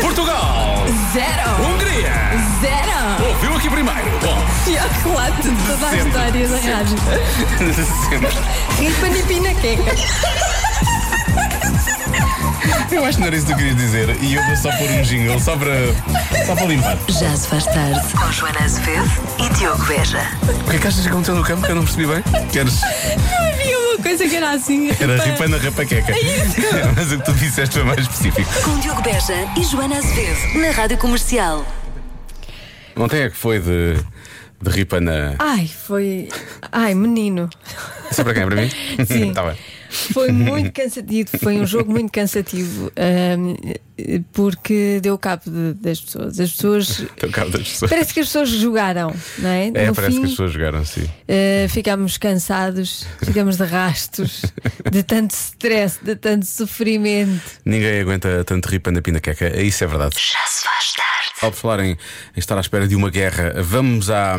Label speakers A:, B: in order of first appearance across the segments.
A: Portugal,
B: Zero!
A: Hungria.
B: Zero!
A: Ouviu aqui primeiro. Bom,
B: Pior relato de toda a
A: Sempre,
B: história da rádio.
A: sempre.
B: Ripa e pinaqueca.
A: Eu acho que não era isso que eu queria dizer. E eu vou só pôr um jingle, só para, só para limpar.
B: Já se faz tarde.
C: Com Joana Azevedo e Diogo Veja.
A: O que é que achas que aconteceu no campo que eu não percebi bem? Queres?
B: Não havia uma coisa que era assim.
A: Era ripa na rapaqueca. Mas o que tu disseste foi mais específico.
C: Com Diogo Beja e Joana Azevedo na Rádio Comercial.
A: Ontem é que foi de, de ripa na.
B: Ai, foi. Ai, menino.
A: Isso é para quem? Para mim?
B: Sim.
A: Tá bem.
B: Foi muito cansativo, foi um jogo muito cansativo ahm, porque deu cabo de- das pessoas. As pessoas.
A: Estou cabo das pessoas.
B: Parece que as pessoas jogaram, não é?
A: É,
B: no
A: parece
B: fim,
A: que as pessoas jogaram, sim.
B: ah, ficámos cansados, ficámos de rastos, de tanto stress, de tanto sofrimento.
A: Ninguém aguenta tanto ripa na pinaqueca. Isso é verdade.
C: Já se faz tarde.
A: Ao falar em, em estar à espera de uma guerra, vamos à,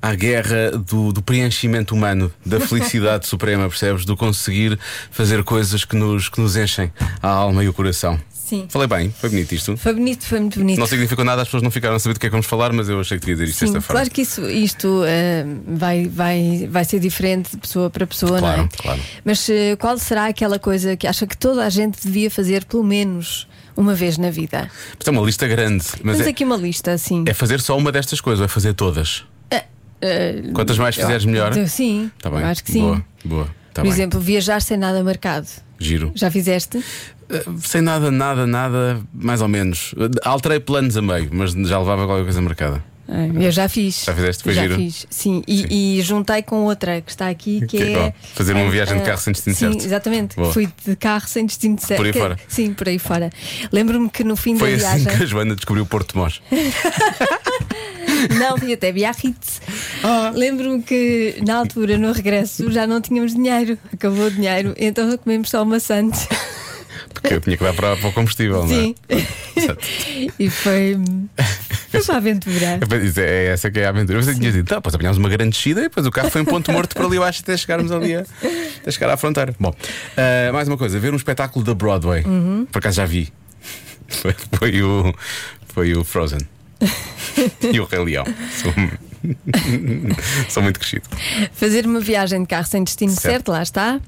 A: à guerra do, do preenchimento humano, da felicidade suprema, percebes? Do conseguir fazer coisas que nos, que nos enchem a alma e o coração.
B: Sim.
A: Falei bem, foi bonito isto.
B: Foi bonito, foi muito bonito.
A: Não significou nada, as pessoas não ficaram a saber do que é que vamos falar, mas eu achei que devia dizer isto
B: Sim,
A: desta forma.
B: claro que isso, isto eh, vai, vai, vai ser diferente de pessoa para pessoa,
A: Claro,
B: não é?
A: claro.
B: Mas eh, qual será aquela coisa que acha que toda a gente devia fazer pelo menos uma vez na vida?
A: Isto é uma lista grande, mas
B: Temos
A: é,
B: aqui uma lista, assim.
A: é fazer só uma destas coisas, ou é fazer todas.
B: Eh,
A: Quantas mais é- fizeres, melhor.
B: eu- Sim,
A: Tá bem.
B: eu acho que sim.
A: Boa, boa.
B: Por
A: Tá bem.
B: exemplo, viajar sem nada marcado.
A: Giro.
B: Já fizeste?
A: Eh, Sem nada, nada, nada, mais ou menos. Eh, Alterei planos a meio, mas já levava qualquer coisa marcada.
B: Ah, Eu já fiz.
A: Já fizeste? Foi
B: já
A: giro.
B: fiz, sim. E, e juntei com outra que está aqui, que,
A: Que é
B: é.
A: qual? Fazer uma
B: é,
A: viagem de
B: é,
A: carro sem destino
B: sim,
A: certo.
B: Exatamente.
A: Boa.
B: Fui de carro sem destino certo.
A: Por aí
B: Que-
A: fora.
B: Sim, por aí fora. Lembro-me que no fim
A: Foi
B: da
A: assim
B: viagem.
A: que a Joana descobriu o Porto de Mós.
B: Não, fui até Biarritz. Ah. Lembro-me que na altura, no regresso, já não tínhamos dinheiro. Acabou o dinheiro. Então comemos só maçante.
A: Porque eu tinha que dar para, para o combustível, é?
B: Sim. e foi. Foi uma aventura.
A: não é? Isso É é essa que é a aventura. Você tinha dito, tá, depois apanhámos uma grande descida e depois o carro foi em ponto morto para ali abaixo até chegarmos ali a, até chegar à fronteira. Bom, eh, mais uma coisa, ver um espetáculo da Broadway.
B: Uhum.
A: Por acaso já vi. Foi, foi o, foi o Frozen. e o Rei Leão. Sou, sou muito crescido.
B: Fazer uma viagem de carro sem destino certo,
A: Certo.
B: lá está.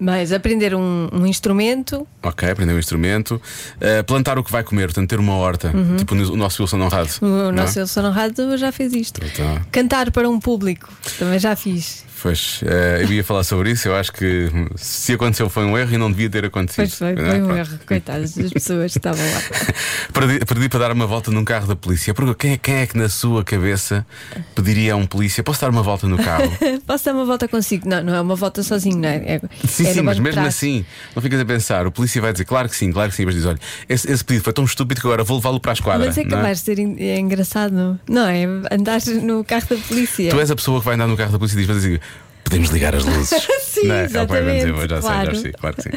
B: Mas aprender um, um instrumento,
A: Ok, aprender um instrumento. Eh, plantar o que vai comer, portanto, ter uma horta. Tipo o nosso Wilson Honrado.
B: Uhum. o
A: não é?
B: nosso Wilson Honrado já fez isto.
A: Então.
B: Cantar para um público, também já fiz.
A: Pois, eh, eu ia falar sobre isso. Eu acho que hum, se aconteceu foi um erro e não devia ter acontecido.
B: Pois foi,
A: Não é?
B: foi um
A: Pronto.
B: erro, coitadas das pessoas que estavam lá.
A: Perdi, perdi para dar uma volta num carro da polícia. Porque quem, é- quem é que na sua cabeça pediria a um polícia: posso dar uma volta no carro?
B: Posso dar uma volta consigo? Não, não é uma volta sozinho, não é? é
A: Sim,
B: é no
A: sim,
B: banco
A: mas
B: de
A: mesmo
B: trás.
A: assim, não ficas a pensar. O polícia vai dizer: claro que sim, claro que sim. Mas diz: olha, esse, esse pedido foi tão estúpido que agora vou levá-lo para a esquadra.
B: Mas é
A: não é?
B: capaz de ser en- é engraçado, não é? Andar no carro da polícia.
A: Tu é és a pessoa que vai andar no carro da polícia e diz: vai dizer, podemos ligar as luzes.
B: Sim,
A: Não é? Ela vai
B: exatamente,
A: dizer, "Pois já sei, já
B: claro.
A: sei, claro que sim.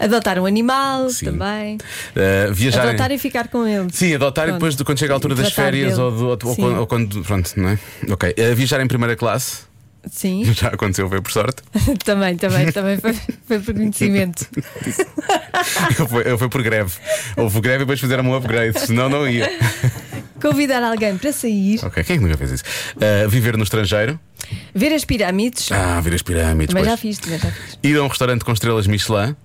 B: Adotar um animal
A: Sim.
B: também.
A: Eh, viajar. em-
B: Adotar e ficar com ele.
A: Sim, adotar e
B: Pronto.
A: depois de quando chega a altura das
B: Tratar
A: férias
B: dele.
A: ou, do- ou- ou
B: Sim.
A: quando, ou quando- Pronto, não é? Ok. Eh, viajar em primeira classe,
B: Sim.
A: já aconteceu, foi por sorte.
B: Também, também, também foi, foi por conhecimento.
A: Eu fui, eu fui por greve. Houve greve e depois fizeram um upgrade, senão não ia.
B: Convidar alguém para sair,
A: Ok, quem é que nunca fez isso? Eh, viver no estrangeiro.
B: ver as pirâmides,
A: Ah, ver as pirâmides.
B: também já
A: Pois.
B: fiz, também já fiz.
A: Ir a um restaurante com estrelas Michelin,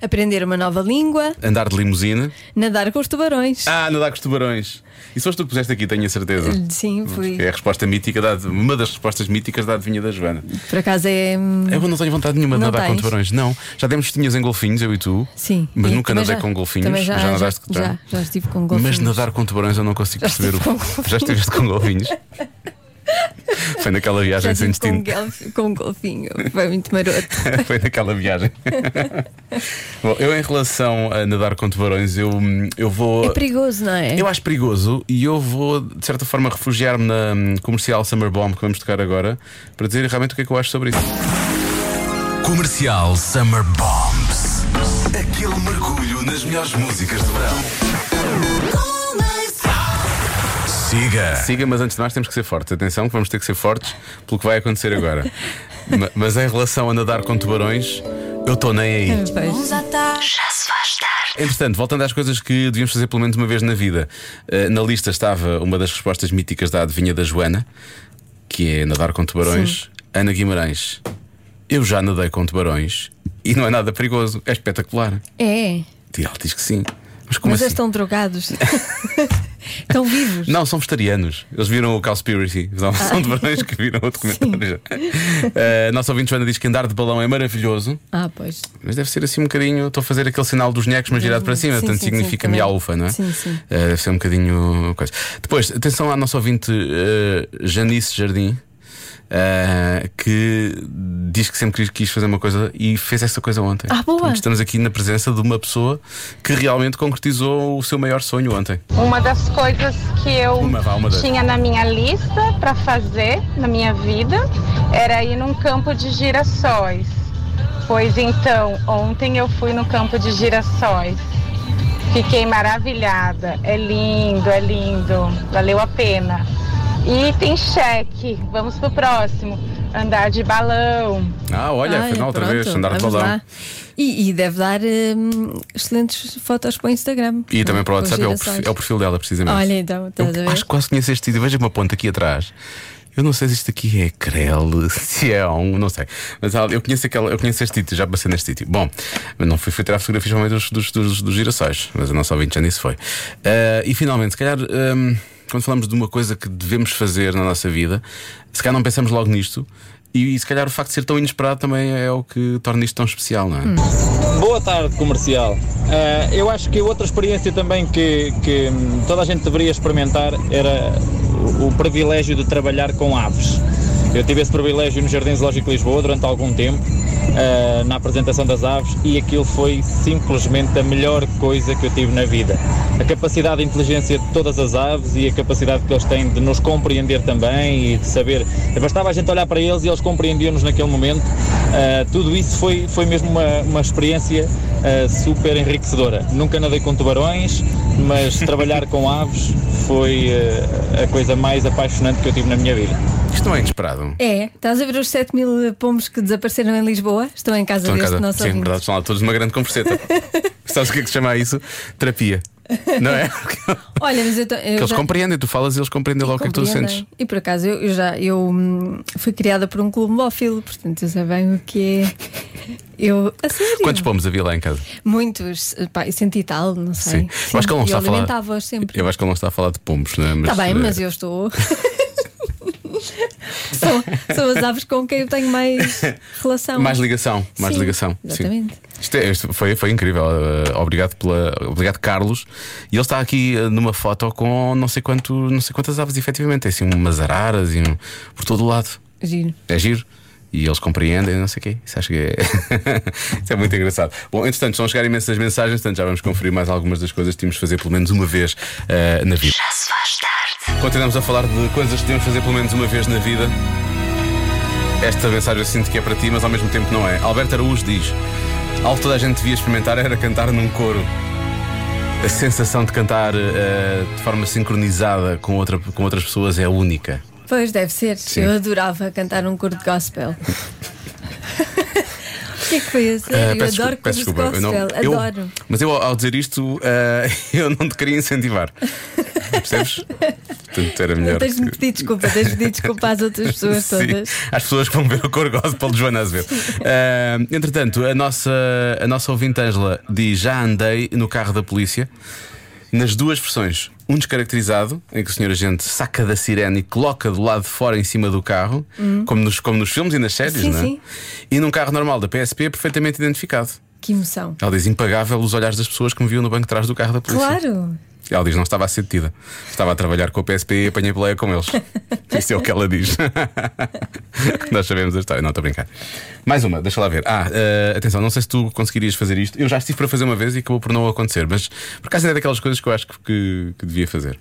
B: Aprender uma nova língua,
A: andar de limusine.
B: nadar com os tubarões.
A: Ah, nadar com os tubarões. Isso foste tu que puseste aqui, tenho a certeza.
B: Sim, fui.
A: É a resposta mítica, da, uma das respostas míticas da adivinha da Joana.
B: Por acaso é. hum,
A: Eu não tenho vontade nenhuma de
B: Não
A: nadar com
B: tens?
A: tubarões, não. Já demos festinhas em golfinhos, eu e tu.
B: Sim.
A: Mas
B: E
A: nunca
B: também
A: nadei
B: já-
A: com golfinhos.
B: também Já,
A: nadaste com
B: já, já estive com golfinhos.
A: Mas nadar com tubarões eu não consigo
B: Já
A: perceber
B: estive
A: o.
B: com golfinhos.
A: Já estiveste com golfinhos? Foi naquela
B: já
A: viagem sem
B: estive com,
A: destino.
B: golf, com golfinho. Foi muito maroto.
A: Foi naquela viagem. Bom, eu em relação a nadar com tubarões, eu, hum, eu vou.
B: É perigoso, não é?
A: Eu acho perigoso e eu vou, de certa forma, refugiar-me na hum, comercial Summer Bomb que vamos tocar agora para dizer realmente o que é que eu acho sobre isso.
D: Comercial Summer Bombs. Aquele mergulho nas melhores músicas do verão. Siga.
A: Siga, mas antes de mais temos que ser fortes. Atenção, que vamos ter que ser fortes pelo que vai acontecer agora. Ma- mas em relação a nadar com tubarões, eu estou nem aí.
B: Pois.
C: Já se faz tarde.
A: Entretanto, voltando às coisas que devíamos fazer pelo menos uma vez na vida, eh, na lista estava uma das respostas míticas da adivinha da Joana, que é nadar com tubarões. Ana Guimarães, eu já nadei com tubarões e não é nada perigoso, é espetacular.
B: É,
A: E Ela diz que sim. Mas como
B: mas eles
A: assim?
B: estão drogados. estão vivos.
A: Não, são vegetarianos. Eles viram o Cowspiracy. São, são tubarões que viram o documentário. Eh, nosso ouvinte Joana diz que andar de balão é maravilhoso.
B: Ah, pois.
A: Mas deve ser assim um bocadinho. Estou a fazer aquele sinal dos nhecos, mas virado para cima.
B: Uhum. Sim,
A: Portanto,
B: sim,
A: significa
B: sim, também.
A: miau ufa, não é?
B: Sim, sim.
A: Eh, deve ser um bocadinho. coisa. Depois, atenção à nossa ouvinte eh, Janice Jardim. eh, que diz que sempre quis- quis fazer uma coisa e fez essa coisa ontem.
B: Ah, boa.
A: Portanto, estamos aqui na presença de uma pessoa que realmente concretizou o seu maior sonho ontem.
E: Uma das coisas que eu
A: Uma, vá, uma das.
E: tinha na minha lista para fazer na minha vida era ir num campo de girassóis. Pois então, ontem eu fui no campo de girassóis. Fiquei maravilhada. É lindo, é lindo. Valeu a pena. E tem cheque. Vamos pro próximo. Andar de balão.
A: Ah, olha,
B: Olha,
A: afinal, outra
B: pronto,
A: vez, andar de
B: vamos
A: balão.
B: lá. E, e deve dar hum, excelentes fotos para o Instagram.
A: E também para o
B: Com
A: WhatsApp, é o,
B: girassóis.
A: perfil, é o perfil dela, precisamente.
B: Olha, então, estás a
A: Eu
B: ver?
A: acho que quase conheço este vídeo. Veja uma ponta aqui atrás. Eu não sei se isto aqui é crele, se é um, não sei. Mas há- eu conheço, aquela, eu conheço este título, já passei neste título. Bom, eu não fui, fui tirar fotografias realmente dos, dos, dos, dos girassóis, mas a nossa ouvinte já nisso foi. Ah, e finalmente, se calhar, hum, quando falamos de uma coisa que devemos fazer na nossa vida, se calhar não pensamos logo nisto. E, se calhar o facto de ser tão inesperado também é o que torna isto tão especial, não é?
B: Hum.
F: Boa tarde, comercial. Ah, eu acho que outra experiência também que, que, hum, toda a gente deveria experimentar era o, o privilégio de trabalhar com aves. Eu tive esse privilégio no Jardim Zoológico de Lisboa durante algum tempo, ah, na apresentação das aves, e aquilo foi simplesmente a melhor coisa que eu tive na vida. A capacidade de inteligência de todas as aves e a capacidade que eles têm de nos compreender também e de saber. Bastava a gente olhar para eles e eles compreendiam-nos naquele momento. Ah, tudo isso foi, foi mesmo uma, uma experiência ah, super enriquecedora. Nunca nadei com tubarões, mas trabalhar com aves foi ah, a coisa mais apaixonante que eu tive na minha vida.
A: Isto não é inesperado.
B: É, estás a ver os 7 mil pombos que desapareceram em Lisboa? Estão em casa
A: Estão em
B: deste
A: casa.
B: nosso
A: Sim,
B: ouvinte.
A: verdade, estão lá todos uma grande converseta. Sabes o que é que se chama isso? Terapia. Não é?
B: Olha, mas eu, to- eu
A: Eles
B: já-
A: compreendem, tu falas e eles compreendem logo o que é que tu
B: compreendem.
A: sentes.
B: E por acaso eu, eu já eu hum, fui criada por um clube mófilo, portanto eu sei bem o que é. Eu, a sério,
A: Quantos pomos havia lá em casa?
B: muitos, pá, eu senti tal, não sei.
A: Eu acho que ele não está a
B: eu
A: falar.
B: alimentava-os sempre.
A: Eu acho que ele não está a falar de pomos, não é?
B: Está Tá bem, mas eu estou. são, são as aves com quem eu tenho mais relação.
A: Mais ligação, mais
B: Sim,
A: ligação. Sim.
B: Exatamente.
A: Isto, é- isto foi, foi incrível. Uh, obrigado, pela, obrigado, Carlos. E ele está aqui uh, numa foto com não sei, quanto, não sei quantas aves, efetivamente. Tem assim umas araras e um- por todo o lado.
B: Giro.
A: é giro. E eles compreendem, não sei o quê. Isso acho que é. Isso é muito engraçado. Bom, entretanto, estão a chegar imensas mensagens, portanto já vamos conferir mais algumas das coisas que tínhamos de fazer pelo menos uma vez eh, na vida.
C: Já se faz tarde.
A: Continuamos a falar de coisas que devemos fazer pelo menos uma vez na vida. Esta mensagem eu sinto que é para ti, mas ao mesmo tempo não é. Alberto Araújo diz: Algo que toda a gente devia experimentar era cantar num coro. A sensação de cantar eh, de forma sincronizada com, outra, com outras pessoas é única.
B: Pois deve ser. Eu adorava cantar um coro de gospel. O que é que foi esse?
A: Ah,
B: eu adoro coros de gospel.
A: eu não- eu-
B: adoro.
A: mas eu, ao dizer isto, ah, eu não te queria incentivar. Percebes? Portanto, era melhor.
B: Tens de me
A: que-
B: pedir desculpa, tens de pedir desculpa às outras pessoas
A: Sim,
B: todas.
A: Às pessoas que vão ver o cor gospel de Joana Azevedo. Ah, entretanto, a nossa, a nossa ouvinte Angela diz: Já andei no carro da polícia nas duas versões. Um descaracterizado, em que o senhor agente saca da sirene e coloca do lado de fora em cima do carro, como, nos, como nos filmes e nas séries,
B: Hum. Sim,
A: não é?
B: sim.
A: E num carro normal da PSP, perfeitamente identificado.
B: Que emoção.
A: Ela diz impagável os olhares das pessoas que me viam no banco de trás do carro da polícia.
B: Claro.
A: Ela diz não estava a ser detida. Estava a trabalhar com a PSP e apanhei boleia com eles. Isso é o que ela diz. Nós sabemos a história. Não, estou a brincar. Mais uma, deixa lá ver. Ah, eh, atenção, não sei se tu conseguirias fazer isto. Eu já estive para fazer uma vez e acabou por não acontecer, mas por acaso é daquelas coisas que eu acho que, que, que devia fazer.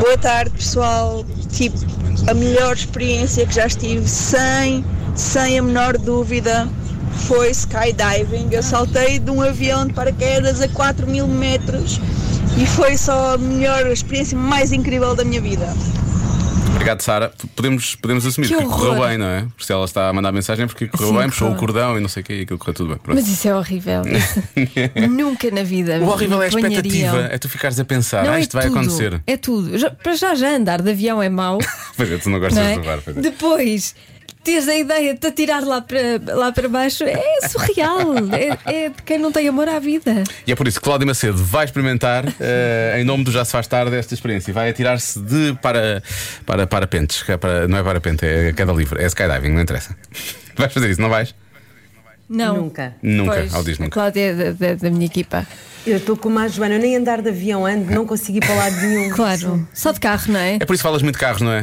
G: Boa tarde, pessoal. Tipo, a melhor experiência que já estive, sem, sem a menor dúvida, foi skydiving. Eu saltei de um avião de paraquedas a 4 mil metros e foi só a melhor a experiência mais incrível da minha vida.
A: Obrigado, Sara. Podemos, podemos assumir
B: Que
A: que, correu
B: horror.
A: bem, não é? Porque se ela está a mandar mensagem, porque correu
B: Sim,
A: bem, puxou o
B: correu.
A: cordão e não sei o quê, e aquilo correu tudo bem. Pronto.
B: Mas isso é horrível. Isso- Nunca na vida.
A: o horrível é a
B: me
A: expectativa,
B: apanhariam.
A: é tu ficares a pensar, ah,
B: é
A: isto vai
B: tudo,
A: acontecer.
B: É tudo. Já- para já já andar de avião é mau.
A: Pois é, tu não
B: não
A: gostas
B: é?
A: de levar, pois é.
B: Depois, teres a ideia de te atirar lá para, lá para baixo é surreal. é, é de quem não tem amor à vida.
A: E é por isso que Cláudio Macedo vai experimentar, eh, em nome do Já Se Faz Tarde, esta experiência. E vai atirar-se de para, para, para pentes. que é para- não é para pente, é queda livre. É skydiving, não interessa. Vais fazer isso, não vais?
B: Não.
H: Nunca.
A: Nunca,
B: Pois,
A: ela diz
B: A
A: nunca.
B: Cláudia é da, da- da minha equipa.
H: Eu estou com mais Joana, eu nem andar de avião ando, não consegui ir para lado nenhum.
B: Claro. Só de carro, não é?
A: É por isso que falas muito de carros, não é?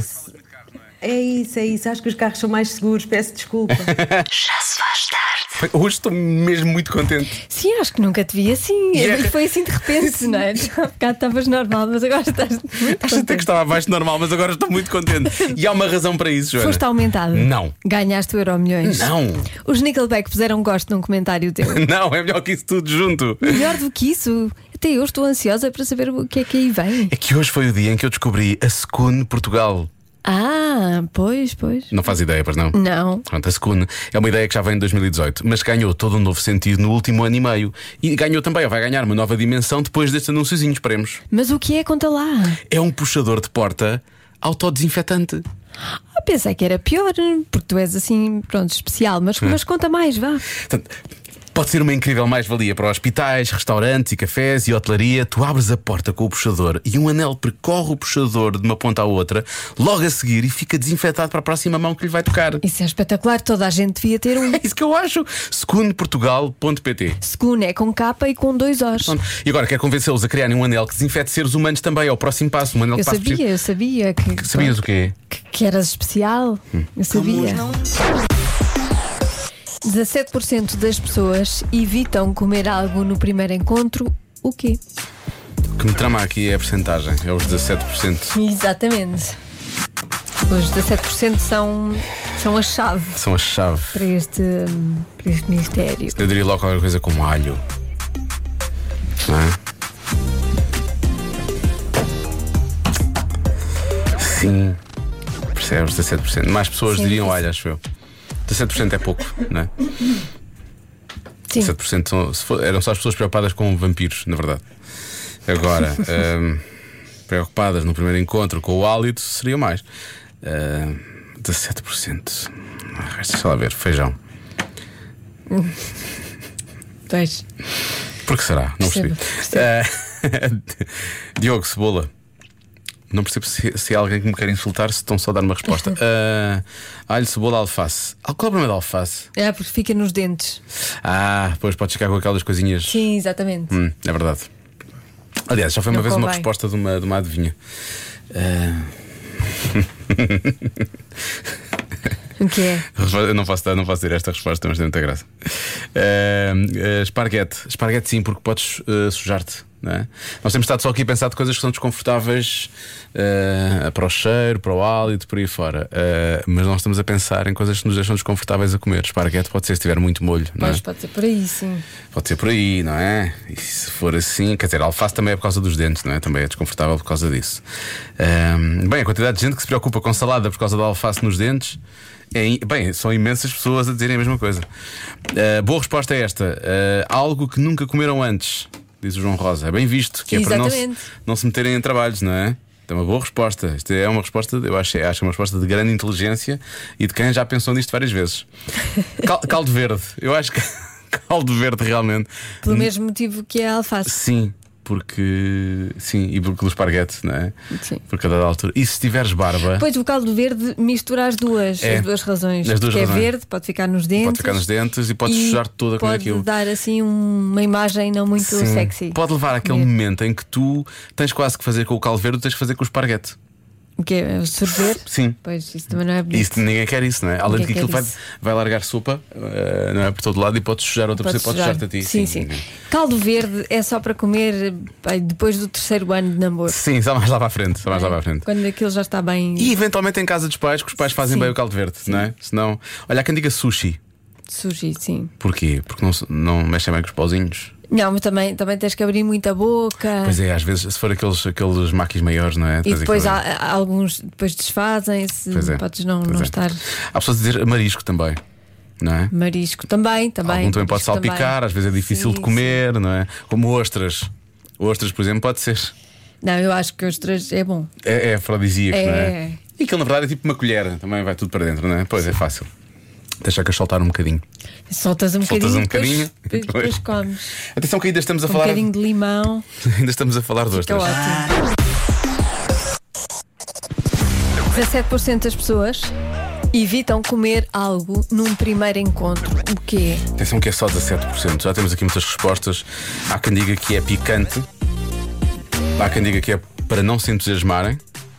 H: É isso, é isso. Acho que os carros são mais seguros, peço desculpa.
C: Já se faz tarde.
A: Hoje estou mesmo muito contente.
B: Sim, acho que nunca te vi assim.
A: Yeah.
B: Foi assim de repente, não é? Há bocado estavas normal, mas agora estás. muito
A: Acho até
B: contente.
A: que estava abaixo do normal, mas agora estou muito contente. E há uma razão para isso, Joana.
B: Foste aumentado.
A: é? Não.
B: Ganhaste o Euro Milhões.
A: Não,
B: Os Nickelback puseram gosto num comentário teu.
A: não, é melhor que isso tudo junto.
B: Melhor do que isso, até eu estou ansiosa para saber o que é que aí vem.
A: É que hoje foi o dia em que eu descobri a Secune Portugal.
B: Ah, pois, pois.
A: Não faz ideia, pois não?
B: Não.
A: Pronto, a Secune é uma ideia que já vem de 2018, mas ganhou todo um novo sentido no último ano e meio. E ganhou também, ou vai ganhar uma nova dimensão depois deste anúnciozinho, esperemos.
B: Mas o que é? Conta lá.
A: É um puxador de porta autodesinfetante.
B: Ah, pensei que era pior, porque tu és assim, pronto, especial, mas, mas conta mais, vá.
A: Portanto, pode ser uma incrível mais-valia para hospitais, restaurantes e cafés e hotelaria. Tu abres a porta com o puxador e um anel percorre o puxador de uma ponta à outra, logo a seguir, e fica desinfetado para a próxima mão que lhe vai tocar.
B: Isso é espetacular, toda a gente devia ter um.
A: É isso que eu acho. Secundoportugal.pt
B: Segundo é com capa e com dois Os.
A: Pronto. E agora quer convencê-los a criarem um anel que desinfete seres humanos também. É o próximo passo. Um anel
B: Eu
A: que passa por
B: sabia, eu sabia Hum. que,
A: si- Sabias o quê?
B: que, que eras especial. Eu sabia. 17% das pessoas evitam comer algo no primeiro encontro. O quê?
A: O que me trama aqui é a porcentagem. É os 17%.
B: Exatamente. Os 17% são, são a chave
A: São a chave.
B: para este, hum, para este ministério.
A: Eu diria logo qualquer coisa como alho. Não é? Sim. Percebes? 17%. Mais pessoas
B: Sim,
A: diriam
B: sim.
A: alho, acho eu. 17% é pouco, não é?
B: Sim.
A: 17% são- se for- eram só as pessoas preocupadas com vampiros, na verdade. Agora, hum, preocupadas no primeiro encontro com o hálito, seria mais. Hum, 17%. Ah, Deixa lá ver, feijão.
B: Pois.
A: Por que será? Não percebi.
B: Percebo,
A: Ah, Diogo Cebola. Não percebo se, se é alguém que me quer insultar, se estão só a dar uma resposta. Ah, alho, cebola, alface. Ah, Qual é o problema da alface?
B: É porque fica nos dentes.
A: Ah, pois pode ficar com aquelas coisinhas.
B: Sim, exatamente.
A: Hum, é verdade. Aliás, já foi uma
B: Não
A: vez uma
B: convém.
A: resposta de uma, de uma adivinha. Ah,
B: O que é?
A: eu não posso, dar, não posso dizer esta resposta, mas tem muita graça. Ah, ah, esparguete. Esparguete, sim, porque podes ah, sujar-te. não é? Nós temos estado só aqui a pensar de coisas que são desconfortáveis ah, para o cheiro, para o hálito, por aí fora. Ah, mas nós estamos a pensar em coisas que nos deixam desconfortáveis a comer. Esparguete pode ser se tiver muito molho, não é?
B: Mas pode ser por aí, sim.
A: Pode ser por aí, não é? E se for assim, quer dizer, a alface também é por causa dos dentes, não é? Também é desconfortável por causa disso. Ahm, bem, a quantidade de gente que se preocupa com salada por causa da alface nos dentes. é i- bem, são imensas pessoas a dizerem a mesma coisa. Ah, boa resposta é esta. Ah, algo que nunca comeram antes, diz o João Rosa. É bem visto, que é para não se,
B: Exatamente.
A: não se meterem em trabalhos, não é? É uma boa resposta. Isto é uma resposta, eu acho, acho que é uma resposta de grande inteligência e de quem já pensou nisto várias vezes. Cal- caldo verde. Eu acho que caldo verde realmente.
B: Pelo mesmo motivo que é a alface.
A: Sim, porque. Sim, e porque do esparguete, não é?
B: Sim.
A: Porque a dada altura. E se tiveres barba,
B: Depois o caldo verde mistura as duas,
A: É.
B: as duas razões.
A: As duas
B: Porque
A: razões.
B: é verde, pode ficar nos dentes.
A: pode ficar nos dentes e podes
B: e
A: sujar toda com
B: pode
A: aquilo.
B: dar assim um- uma imagem não muito
A: Sim.
B: sexy.
A: Pode levar àquele
B: Comer.
A: momento em que tu tens quase que fazer com o caldo verde, tens que fazer com o esparguete.
B: O que é? Sorver?
A: Sim.
B: Pois, isso também não é bonito.
A: Isso, ninguém quer isso, não é? Além de que
B: Ninguém
A: aquilo
B: quer
A: vai,
B: isso.
A: vai largar sopa eh, não é? por todo lado e podes sujar outra
B: Pode
A: pessoa, podes
B: sujar.
A: sujar-te a ti.
B: Sim, sim. Caldo verde é só para comer bem, depois do terceiro ano de namoro.
A: Sim, só mais lá para a frente, só mais lá para a frente.
B: Quando aquilo já está bem.
A: E eventualmente em casa dos pais, que os pais fazem
B: Sim.
A: bem o caldo verde, não é? Senão, olha, há quem diga sushi.
B: Sushi, sim.
A: Porquê? Porque não, se- não mexem bem com os pauzinhos.
B: Não, mas também, também tens que abrir muita boca.
A: Pois é, às vezes, se for aqueles, aqueles maquis maiores, não é?
B: E
A: Tens
B: depois
A: aquilo-
B: há- há alguns depois desfazem-se,
A: Pois é.
B: podes não,
A: Pois
B: não
A: é.
B: estar
A: Há pessoas a dizer marisco também, não é?
B: marisco também, também.
A: Algum também pode
B: marisco
A: salpicar, às vezes é difícil
B: Sim,
A: de comer, não é? Como ostras. Ostras, por exemplo, pode ser.
B: Não, eu acho que os três é bom.
A: É, é afrodisíaco,
B: É.
A: não é? E aquilo na verdade é tipo uma colher, também vai tudo para dentro, não é? Pois é fácil. Deixa que soltar um bocadinho.
B: Soltas um
A: Soltas
B: bocadinho,
A: um bocadinho,
B: depois,
A: depois-
B: depois comes.
A: Atenção que ainda estamos a
B: Um
A: falar.
B: bocadinho de limão,
A: Ainda estamos a falar de
B: que é
A: ostras.
B: ótimo. 17% das pessoas evitam comer algo num primeiro encontro. O quê?
A: Atenção que é só 17%. Já temos aqui muitas respostas. Há quem diga que é picante. Há quem diga que é para não se entusiasmarem.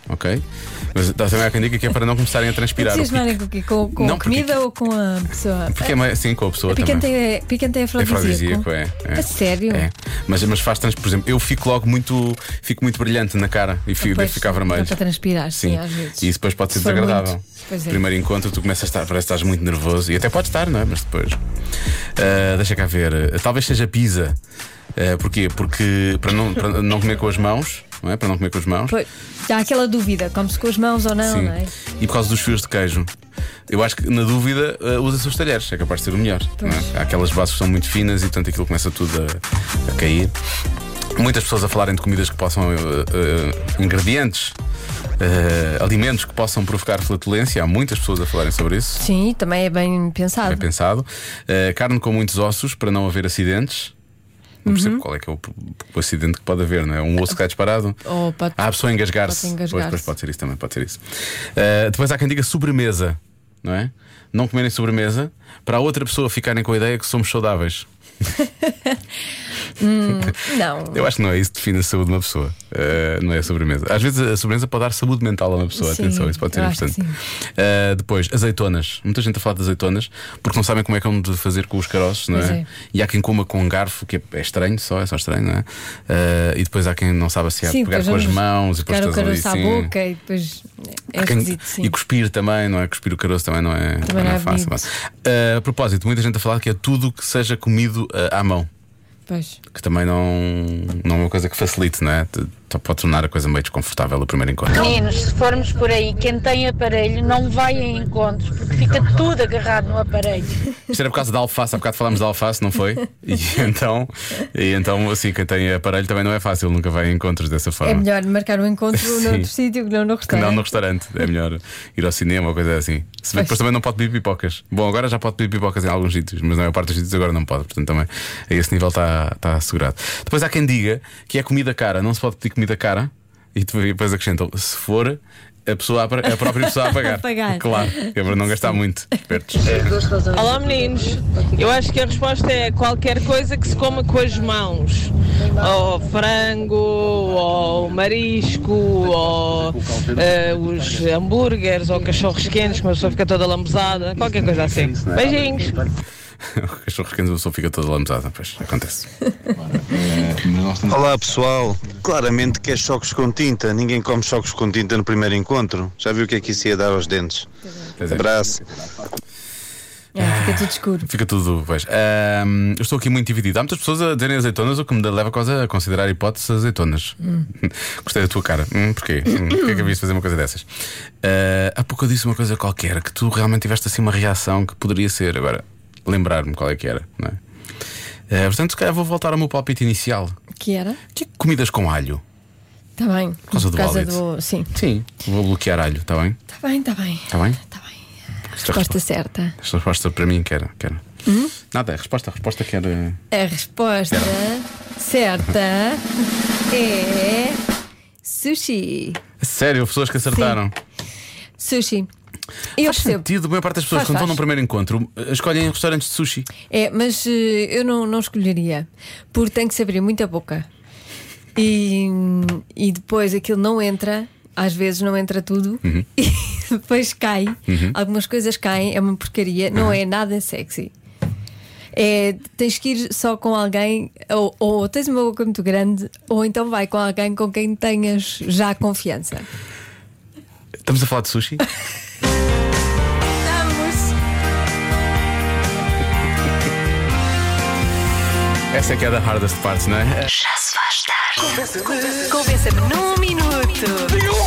A: Ok? Mas também há quem diga que é para não começarem a transpirar.
B: Vocês
A: o pic-
B: marem com o quê? Com, com
A: Não,
B: a
A: porque-
B: comida ou com a pessoa?
A: Porque é mais assim com a pessoa também.
B: Picante é, picante é
A: É
B: afrodisíaco.
A: afrodisíaco, é. é.
B: A sério?
A: É. Mas, mas faz trans, por exemplo, eu fico logo muito, fico muito brilhante na cara e fico,
B: Pois,
A: devo ficar vermelho.
B: dá para transpirar, sim, às vezes.
A: E isso depois pode ser
B: Se for
A: desagradável.
B: muito, pois é.
A: Primeiro encontro, tu começas a estar, parece que estás muito nervoso e até pode estar, não é? Mas depois. Ah, deixa cá ver. Ah, Talvez seja pizza. Ah, porquê? Porque para não, para não comer com as mãos, não é? Para não comer com as mãos.
B: Pois, há aquela dúvida, come-se com as mãos ou não,
A: Sim.
B: não é?
A: E por causa dos fios de queijo. Eu acho que, na dúvida, eh, usa-se os talheres, é capaz de ser o melhor.
B: Pois.
A: não é? Há aquelas bases que são muito finas e, portanto, aquilo começa tudo a, a cair. Muitas pessoas a falarem de comidas que possam. eh, eh, ingredientes, eh, alimentos que possam provocar flatulência. Há muitas pessoas a falarem sobre isso.
B: Sim, também é bem pensado.
A: Bem pensado. Eh, carne com muitos ossos para não haver acidentes. Não
B: Uhum.
A: percebo qual é que é o, o acidente que pode haver, não é? Um osso que está disparado.
B: Ou pode-
A: Ah, a pessoa engasgar-se.
B: pode
A: Pois,
B: engasgar-se.
A: pois pode ser isso também, pode ser isso. Eh, depois há quem diga sobremesa, não é? Não comerem sobremesa para a outra pessoa ficarem com a ideia que somos saudáveis.
B: Não.
A: Eu acho que não é isso que define a saúde de uma pessoa. Eh, não é a sobremesa. Às vezes a sobremesa pode dar saúde mental a uma pessoa.
B: Sim,
A: Atenção, isso pode ser
B: eu acho que
A: importante. Eh, depois, azeitonas. Muita gente a falar de azeitonas porque não sabem como é que é de fazer com os caroços, não
B: Pois
A: é?
B: é.
A: E há quem coma com um garfo, que é- é estranho só, é só estranho, não é? Eh, e depois há quem não sabe se há de pegar
B: depois
A: com as
B: vamos
A: mãos e depois assim.
B: pegar o
A: estás ali,
B: caroço à
A: sim.
B: boca e depois é
A: Há quem-
B: esquisito, sim.
A: E cuspir também, não é? Cuspir o caroço também não é,
B: Também não
A: é
B: é
A: fácil.
B: bonito.
A: Eh, a propósito, muita gente a falar que é tudo que seja comido eh, à mão
B: Pois.
A: que também não, não é uma coisa que facilite, não é? Te- te- Pode tornar a coisa meio desconfortável o primeiro encontro.
I: Meninos, se formos por aí, quem tem aparelho não vai a encontros, porque fica tudo agarrado no aparelho.
A: Isto era por causa da alface, há bocado falámos da alface, não foi? E então, e então assim, quem tem aparelho também não é fácil, nunca vai a encontros dessa forma.
B: É melhor marcar um encontro
A: Sim.
B: noutro sítio que não no
A: Que
B: restaurante.
A: não no restaurante, é melhor ir ao cinema ou coisa assim. Se bem que depois
B: Pois.
A: também não pode pedir pipocas. Bom, agora já pode pedir pipocas em alguns sítios, mas na maior parte dos sítios agora não pode, portanto também a esse nível está está assegurado. Depois há quem diga que é comida cara, não se pode pedir comida cara, e depois acrescentam, se for. A, pessoa a, pra- a própria pessoa a pagar.
B: A pagar.
A: Claro, que é para não gastar muito. Espertos.
J: Olá meninos, eu acho que a resposta é qualquer coisa que se coma com as mãos. Ou frango, ou marisco, ou eh, os hambúrgueres, ou cachorros quentes, que uma pessoa fica toda lambuzada, qualquer coisa assim. Beijinhos!
A: O cachorro quente a pessoa fica toda lambuzada, pois acontece.
K: Olá pessoal, claramente que é choques com tinta. Ninguém come choques com tinta no primeiro encontro. Já viu o que é que isso ia dar aos dentes?
A: Pois é.
K: Abraço.
B: É, fica tudo escuro.
A: Fica tudo, pois. Ahm, eu estou aqui muito dividido. Há muitas pessoas a dizerem azeitonas, o que me leva quase a considerar a hipótese azeitonas. Gostei da tua cara. Hum, porquê? Hum, porquê é que havias de fazer uma coisa dessas? Ah, há pouco eu disse uma coisa qualquer que tu realmente tiveste assim uma reação que poderia ser. Agora, lembrar-me qual é que era, não é? Ah, portanto, se calhar vou voltar ao meu palpite inicial.
B: Que era?
A: Que comidas com alho?
B: Está Tá bem. Por
A: causa do
B: do. Sim.
A: Sim. Vou bloquear alho, está bem?
B: Está bem, está bem.
A: Está bem?
B: Está Tá bem.
A: Esta
B: Resposta
A: resposta,
B: certa.
A: esta resposta para mim que era. Que era. Nada, a resposta, a resposta que era.
B: A resposta certa é. Sushi.
A: Sério, pessoas que acertaram.
B: Sushi. Eu
A: Faz
B: percebo.
A: sentido, a maior parte das pessoas
B: Faz,
A: quando vão
B: faz.
A: num primeiro encontro eh, escolhem restaurantes de sushi.
B: É, mas eh, eu não, não escolheria, porque tem que se abrir muita boca. E, e depois aquilo não entra, às vezes não entra tudo,
A: Uhum.
B: e depois cai. Algumas coisas caem, é uma porcaria, não
A: Uhum.
B: é nada sexy. É, tens que ir só com alguém, ou, ou tens uma boca muito grande, ou então vai com alguém com quem tenhas já confiança.
A: Estamos a falar de sushi?
B: Vamos!
A: Essa é que é da hardest part, não é?
L: Já se faz tarde. Convença-me num minuto.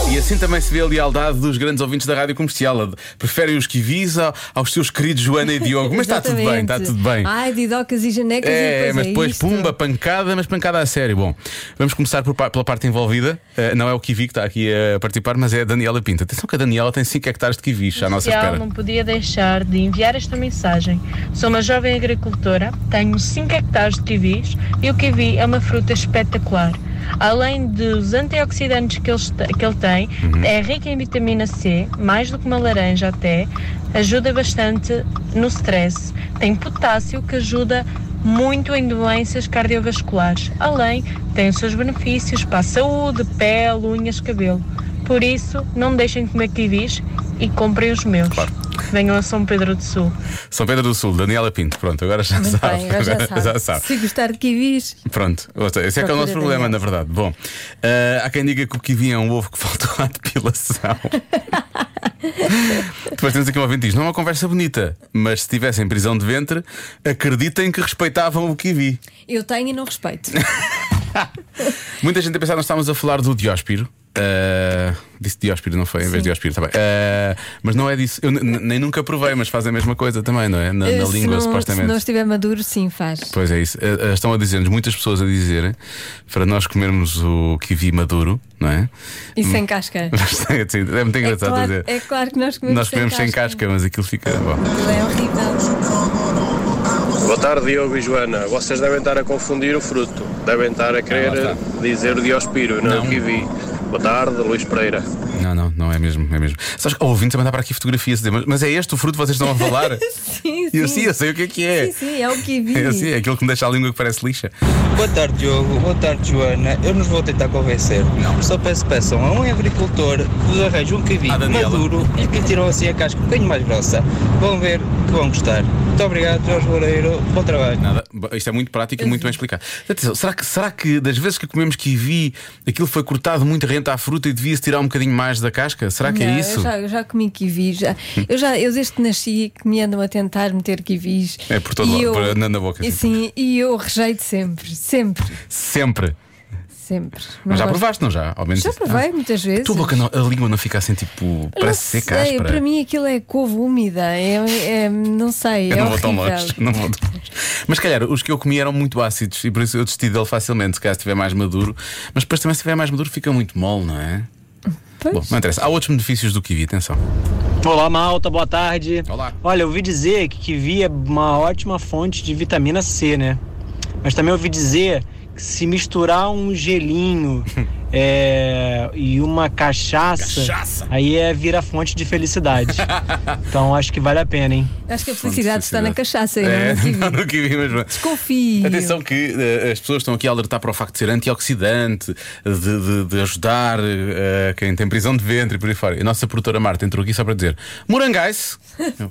A: E assim também se vê a lealdade dos grandes ouvintes da rádio comercial. Preferem os kiwis ao- aos seus queridos Joana e Diogo. Mas está tudo bem, está tudo bem.
B: Ai, didocas e janecas
A: É,
B: e depois
A: mas
B: Ah, é
A: depois,
B: isto.
A: pumba, pancada, mas pancada a sério. Bom, vamos começar por pa- pela parte envolvida. Eh, não é o Kiwi que está aqui a participar, mas é a Daniela Pinto. Atenção que a Daniela tem 5 hectares de kiwis à nossa
M: Comercial,
A: espera.
M: não podia deixar de enviar esta mensagem. Sou uma jovem agricultora, tenho 5 hectares de kiwis e o kiwi é uma fruta espetacular. Além dos antioxidantes que ele, está- que ele tem, é rica em vitamina C, mais do que uma laranja até, ajuda bastante no stress. Tem potássio que ajuda muito em doenças cardiovasculares. Além, tem os seus benefícios para a saúde, pele, unhas, cabelo. Por isso, não deixem de comer kiwis e comprem os meus. Venham a São Pedro do Sul.
A: São Pedro do Sul, Daniela Pinto. Pronto, agora já
B: Muito
A: sabe.
B: bem, agora já sabe.
A: já sabe.
B: Se gostar de kiwis,
A: Pronto, ou seja, esse é que é o nosso
B: Procura
A: problema, na verdade. Bom, eh, há quem diga que o kiwi é um ovo que faltou à depilação. Depois temos aqui um ouvinte que diz: não é uma conversa bonita, mas se estivesse em prisão de ventre, acreditem que respeitavam o kiwi.
B: eu tenho e não respeito.
A: Muita gente a pensar, nós estávamos a falar do Dióspiro. Eh, disse Dióspiro, não foi? Em vez de Dióspiro, está bem. Eh, mas não é disso. Eu n- n- nem nunca provei, mas faz a mesma coisa também, não é? Na, na
B: Eh, se
A: língua,
B: não,
A: supostamente.
B: Se não estiver maduro, sim, faz.
A: Pois é isso. Eh, eh, Estão a dizer-nos, muitas pessoas a dizerem, para nós comermos o kiwi maduro, não é?
B: E sem casca.
A: Mas, sim, é muito
B: É
A: engraçado
B: claro,
A: dizer.
B: é claro que nós comemos
A: nós
B: sem
A: comemos sem
B: casca.
A: casca, mas aquilo fica bom.
B: É horrível.
J: Boa tarde, Diogo e Joana. Vocês devem estar a confundir o fruto. Devem estar a
A: Ah,
J: querer dizer Diospiro, não, é não. Kiwi. Boa tarde, Luís Pereira.
A: Não, não, não é mesmo, é mesmo. Sabes que há ouvintes a mandar para aqui fotografias a dizer, mas, mas é este o fruto que vocês estão a falar? É
B: sim,
A: E eu
B: sim.
A: sim, eu sei o que é que é.
B: Sim, sim, é o kiwi.
A: É assim, é aquilo que me deixa a língua que parece lixa.
N: Boa tarde, Diogo. Boa tarde, Joana. Eu nos vou tentar convencer. Só peço peçam a um agricultor que vos arranje um kiwi maduro e que lhe tiram assim a casca um bocadinho mais grossa. Vão ver que vão gostar. Muito obrigado, Jorge Loureiro. Bom trabalho.
A: Nada, Bo- isto é muito prático e muito bem explicado. Atenção, será que, será que das vezes que comemos kiwi, aquilo foi cortado muito rente à fruta e devia-se tirar um bocadinho mais da casca? Será que
B: Não,
A: é isso?
B: Eu já, eu já comi kiwis. Já, eu, já, eu desde que nasci que me andam a tentar meter kiwis.
A: É por todo
B: E
A: lado,
B: eu-
A: por- na- na boca,
B: E, sim, e eu rejeito sempre, sempre,
A: Sempre.
B: sempre.
A: Mas já
B: gosto.
A: provaste, não já? Ao menos
B: Já
A: isso.
B: provei
A: Ah.
B: muitas
A: A
B: vezes.
A: tua boca, não- a língua não fica assim tipo.
B: Não
A: Parece
B: sei,
A: ser caspra.
B: Para mim aquilo é couve úmida. É, é- não sei.
A: Eu
B: é
A: não vou tão
B: horrível.
A: longe. Não vou tão longe. Mas se calhar os que eu comi eram muito ácidos e por isso eu desisti dele facilmente, se calhar estiver mais maduro. Mas depois também se estiver mais maduro fica muito mole, não é? Bom, não interessa. Há outros benefícios do kiwi, atenção.
F: Olá, malta, boa tarde. Olá. Olha, eu ouvi dizer que kiwi é uma ótima fonte de vitamina C, né? Mas também ouvi dizer que se misturar um gelinho é, e uma cachaça,
A: Cachaça.
F: aí é vira fonte de felicidade. então acho que vale a pena, hein?
B: Acho que a felicidade está na cachaça. e
A: É,
B: não no kiwi.
A: não no kiwi mesmo.
B: Desconfio.
A: Atenção que eh, as pessoas estão aqui a alertar para o facto de ser antioxidante, de, de- de ajudar eh, quem tem prisão de ventre e por aí fora. A nossa produtora Marta entrou aqui só para dizer morangais.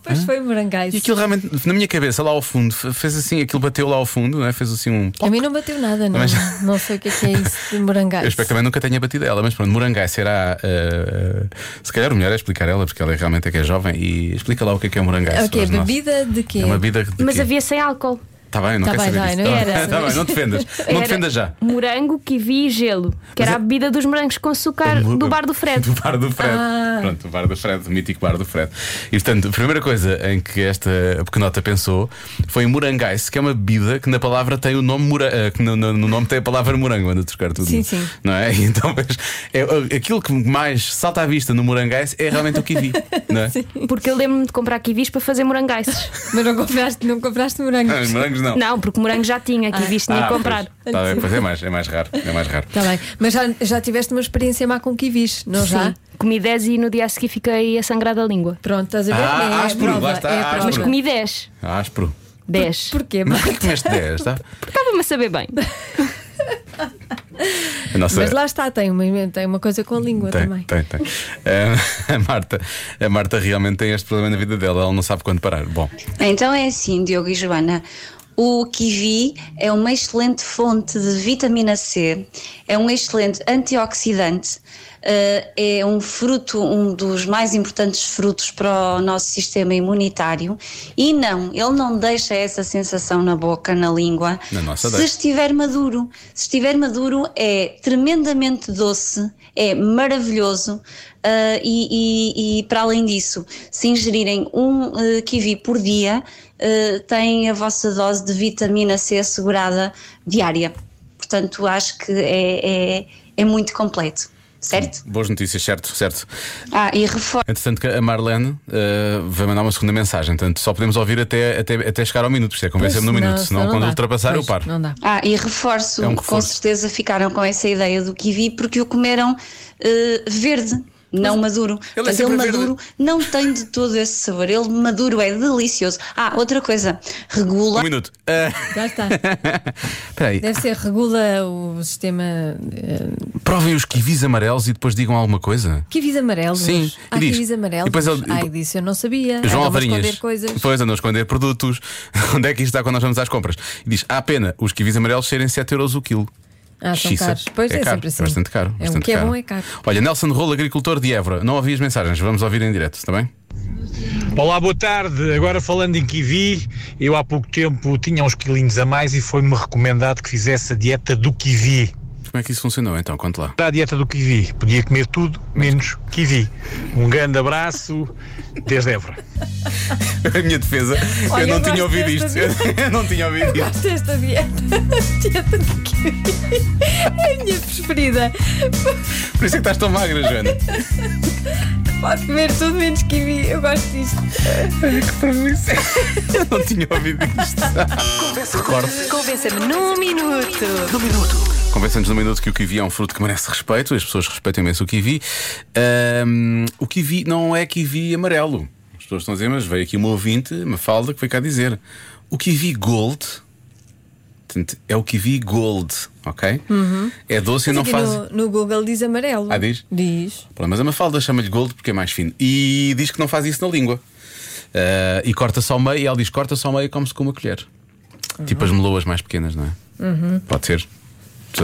B: Pois foi morangais.
A: E aquilo realmente, na minha cabeça, lá ao fundo, fe- fez assim, aquilo bateu lá ao fundo, não é? fez assim um.
B: A mim não bateu nada, não.
A: Mas-
B: Não sei o que é, que é isso de morangais.
A: Eu espero que também nunca tenha batido ela, mas pronto, Morangai será. eh, se calhar o melhor é explicar ela, porque ela realmente é que é jovem e explica lá o que é que é o Morangai.
B: Ok, bebida de quê?
A: É uma bebida de
O: Mas
A: quê?
O: havia sem álcool.
A: Tá bem, não
O: Tá
A: quero
O: bem,
A: saber
O: tá
A: disso.
O: bem, não
A: Tá bem,
O: era.
A: tá bem, não defendas. Não
O: Era
A: defendas já.
O: Morango, kiwi e gelo, que era a bebida dos morangos com açúcar do bar do Fred.
A: Do bar do Fred.
O: Ah.
A: Pronto, o bar do Fred, o mítico bar do Fred. E portanto, a primeira coisa em que esta pequenota pensou foi em morangais, que é uma bebida que na palavra tem o nome mora- eh, que no, no- no nome tem a palavra morango, anda a trocar tudo.
P: Sim, sim.
A: Não é? E Então, mas, é, aquilo que mais salta à vista no morangais é realmente o kiwi, não é?
O: Porque eu lembro-me de comprar kiwis para fazer morangaices.
B: Mas não compraste, não compraste morangos?
A: Ah, os morangos não.
O: Não, porque morango já tinha, kiwis tinha
A: Ah,
O: que comprar.
A: Pois, tá bem, pois é mais, é mais raro, é mais raro.
B: Tá bem. Mas já, já tiveste uma experiência má com kiwis, não já?
O: Sim. Comi 10 e no dia a seguir fiquei a sangrar a língua.
B: Pronto, estás
A: a ver? Ah, É a áspero, prova, lá está, é a prova.
O: Mas
A: áspero.
O: comi 10.
A: Áspero.
O: 10.
B: porquê?
A: Ah, Mas porquê que comeste 10, tá?
O: Estava-me a saber bem.
A: A nossa-
B: Mas lá está, tem uma, tem uma coisa com a língua
A: Tem,
B: também.
A: tem, tem. Eh, a, Marta, a Marta realmente tem este problema na vida dela, ela não sabe quando parar. Bom,
Q: Então é assim, Diogo e Joana.
M: O kiwi é uma excelente fonte de vitamina C, é um excelente antioxidante, eh, é um fruto, um dos mais importantes frutos para o nosso sistema imunitário. E não, ele não deixa essa sensação na boca, na língua.
A: Na nossa
M: Se
A: deixa.
M: estiver maduro. Se estiver maduro, é tremendamente doce, é maravilhoso. ah, e, e- e para além disso, se ingerirem um eh, kiwi por dia, eh, têm a vossa dose de vitamina C assegurada diária. Portanto, acho que é, é- é muito completo, certo?
A: Boas notícias, certo, certo.
M: Ah, e reforço.
A: Entretanto, que a Marlene eh, vai mandar uma segunda mensagem. Portanto, só podemos ouvir até, até, até chegar ao minuto. Isto é convencer no
M: Pois,
A: minuto.
M: não,
A: Senão,
M: senão não
A: quando
M: dá.
A: ultrapassar,
M: Pois,
A: eu paro.
B: Não dá.
M: Ah, e reforço,
A: É um
M: com
A: reforço.
M: certeza ficaram com essa ideia do kiwi porque o comeram eh, verde, não maduro. Ele, Mas ele
R: sempre verde.
M: maduro não tem de todo esse sabor. Ele maduro é delicioso. Ah, outra coisa, regula.
A: Um minuto. Eh,
B: Já está.
A: Espera aí.
B: Deve ser, regula o sistema. eh,
A: Provem os kiwis amarelos e depois digam alguma coisa.
B: Kiwis amarelos.
A: Sim, e
B: Há
A: diz.
B: kiwis amarelos.
A: E depois ele-
B: Ai, disse, eu não sabia. Andam
A: João
B: a
A: Alvarinhas.
B: esconder coisas.
A: Depois andam a esconder produtos. Onde é que isto está quando nós vamos às compras? E diz: há pena os kiwis amarelos serem 7 euros o quilo.
B: Ah, são
A: Xiça.
B: caros. Pois é,
A: caro,
B: sempre assim.
A: É bastante caro.
B: É, o
A: bastante
B: que é
A: caro.
B: bom é caro.
A: Olha, Nelson Rolo, agricultor de Évora. Não ouvi as mensagens, vamos ouvir em direto, está bem?
S: Olá, boa tarde. Agora falando em kiwi, eu há pouco tempo tinha uns quilinhos a mais e foi-me recomendado que fizesse a dieta do kiwi.
A: Como é que isso funcionou então? Conte lá.
S: Para a dieta do kiwi, podia comer tudo menos kiwi. Um grande abraço desde Évora.
A: A minha defesa,
B: Olha,
A: eu não
B: gosto
A: tinha ouvido
B: desta
A: isto. Eu não tinha ouvido
B: Eu
A: isto.
B: gosto desta dieta. dieta de kiwi. É a minha preferida.
A: Por isso é que estás tão magra, Joana.
B: Pode comer tudo menos kiwi. Eu gosto disto.
A: que permisso. Eu não tinha ouvido isto. Recordo.
C: Convença-me num minuto. Num minuto.
A: Convença-nos num minuto que o kiwi é um fruto que merece respeito, as pessoas respeitam imenso o kiwi. Ahm, o kiwi não é kiwi amarelo. As pessoas estão a dizer, mas veio aqui uma ouvinte, uma falda, que foi cá dizer. O kiwi gold portanto, é o kiwi gold, ok?
B: Uhum.
A: É doce e
B: Mas
A: não
B: aqui
A: faz.
B: no, no Google diz amarelo.
A: Ah, diz?
B: Diz.
A: Pronto, Mas a Mafalda chama-lhe gold porque é mais fino. E diz que não faz isso na língua. Ah, e corta só o meio, e ela diz corta só o meio e come-se com uma colher. Tipo as meloas mais pequenas, não é?
C: Uhum.
A: Pode ser.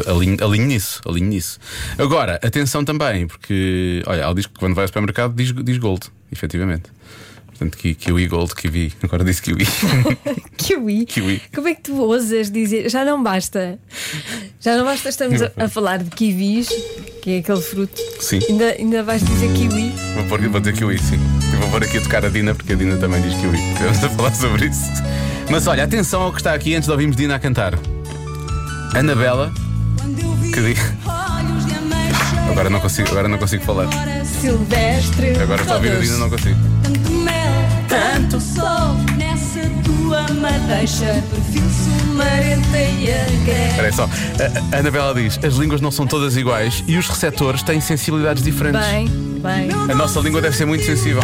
A: Alinho, alinho nisso, alinho nisso. Agora, atenção também, porque olha, ela diz que quando vai ao supermercado diz, diz gold, efetivamente. Portanto, ki- kiwi gold, kiwi. Agora disse kiwi.
B: Kiwi.
A: kiwi.
B: Como é que tu ousas dizer? Já não basta. Já não basta, estamos a, a falar de kiwis, que é aquele fruto.
A: Sim.
B: Ainda, ainda vais dizer kiwi.
A: Vou, pôr, vou dizer kiwi, sim. Eu vou pôr aqui a tocar a Dina, porque a Dina também diz kiwi. Estamos a falar sobre isso. Mas olha, atenção ao que está aqui antes de ouvirmos Dina a cantar. Anabela, que diz. Agora não consigo, agora não consigo falar.
C: Silvestre.
A: Agora está a ouvir a Dina, não consigo.
C: Tanto mel, tanto sol. Nessa tua madeixa. Perfil sumarenta e
A: Espera
C: agreste.
A: aí só. A, a Anabela diz: as línguas não são todas iguais e os receptores têm sensibilidades diferentes.
B: Bem, bem.
A: A nossa língua deve ser muito sensível.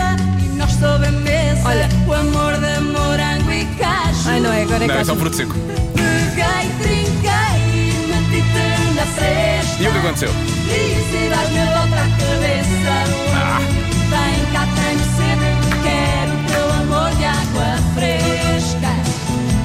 C: Nós sob a mesa. Olha. O amor da morango e cacho.
B: Ai, não é, agora
A: Não, é só um produto seco.
C: Peguei, trinquei e meti-te na fresta.
A: E o que aconteceu?
C: E se dás-me volta à cabeça. Vem cá, tenho sede. Quero o teu amor de água fresca.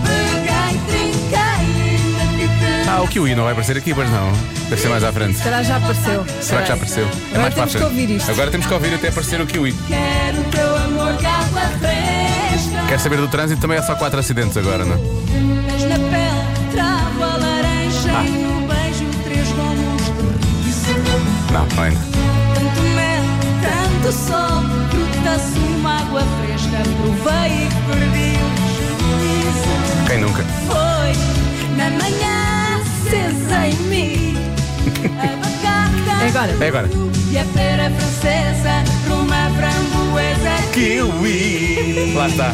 C: Peguei, trinquei e meti-te na
A: Ah, o kiwi não vai aparecer aqui, pois não. Deve ser mais à frente.
B: Será já apareceu?
A: Será que já apareceu? É mais
B: Agora temos
A: fácil.
B: que ouvir isto.
A: Agora temos que ouvir até aparecer o kiwi.
C: Quero o teu amor de água fresca.
A: Quer saber do trânsito? Também é só quatro acidentes agora, não? é?
C: Mas na pele travo a laranja
A: Ah.
C: e no beijo três gomos de riso.
A: Não, não é. ainda.
C: Tanto mel, tanto sol, fruta-se uma água fresca. Provei e perdi o juízo.
A: Quem nunca?
C: Foi na manhã acesa em mim. Abacate
A: É agora.
C: e a pera francesa, uma framboesa.
A: Kiwi! Lá está.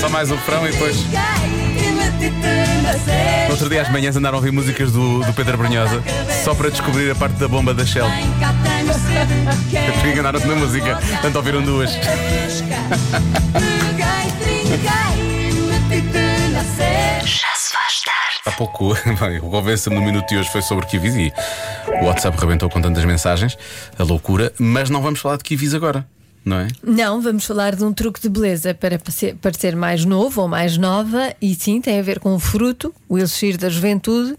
A: Só mais um frão e depois.
C: Cai e meti-te na cesta.
A: No outro dia às manhãs andaram a ouvir músicas do, do Pedro Brunhosa só para descobrir a parte da bomba da Shell.
C: Cá tenho sede, quero
A: Porque enganaram-se na música, tanto ouviram duas.
C: Peguei, trinquei, meti-te na cesta. Já se faz tarde.
A: Há pouco, bem, o Convença-me no minuto de hoje foi sobre kiwis e o WhatsApp rebentou com tantas mensagens, a loucura, mas não vamos falar de kiwis agora. não é?
B: Não, vamos falar de um truque de beleza para parecer- parecer mais novo ou mais nova e sim tem a ver com o fruto, o elixir da juventude,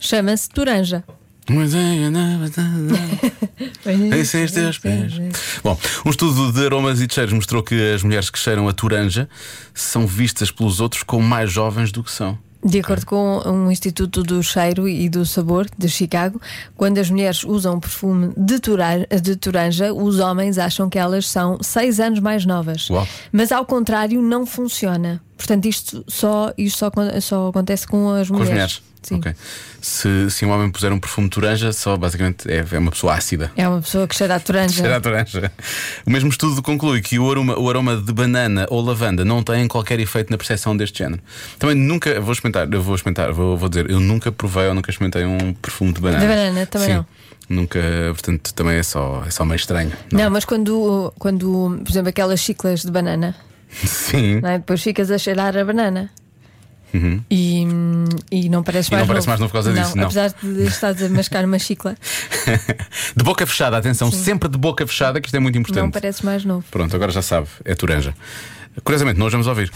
B: chama-se toranja.
A: Mas é, Em sem os teus pés. Bom, um estudo de aromas e de cheiros mostrou que as mulheres que cheiram a toranja são vistas pelos outros como mais jovens do que são.
B: De acordo com um Instituto do Cheiro e do Sabor de Chicago, quando as mulheres usam perfume de, tora- de toranja, os homens acham que elas são seis anos mais novas.
A: Uau.
B: Mas ao contrário, não funciona. Portanto, isto só, isto só, acon- só acontece com as
A: Com as
B: mulheres.
A: mulheres.
B: Sim.
A: Ok. Se, se um homem puser um perfume de toranja, só basicamente é, é uma pessoa ácida.
B: É uma pessoa que cheira a toranja.
A: Cheira a toranja. O mesmo estudo conclui que o aroma, o aroma de banana ou lavanda não tem qualquer efeito na percepção deste género. Também nunca, vou experimentar, eu vou experimentar, vou, vou dizer, eu nunca provei ou nunca experimentei um perfume de banana.
B: De banana, também
A: Sim.
B: não.
A: Nunca, portanto, também é só, é só meio estranho.
B: Não, mas quando, quando, por exemplo, aquelas chiclas de banana,
A: Sim.
B: não é? depois ficas a cheirar a banana
A: Uhum.
B: e, e não parece
A: E não
B: mais novo.
A: parece mais novo por causa disso, não.
B: Apesar de estares a mascar uma chicla,
A: de boca fechada, atenção, sempre de boca fechada, que isto é muito importante.
B: não parece mais novo.
A: Pronto, agora já sabe, é toranja. Curiosamente, nós vamos ouvir.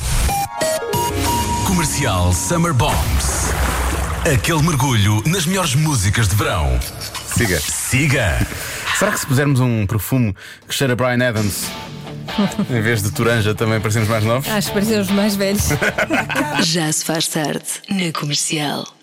D: Comercial Summer Bombs. Aquele mergulho nas melhores músicas de verão.
A: Siga.
D: Siga.
A: Será que se pusermos um perfume que cheira a Brian Adams em vez de toranja também parecemos mais novos?
B: Acho que parecemos mais velhos.
R: Já se faz tarde na comercial.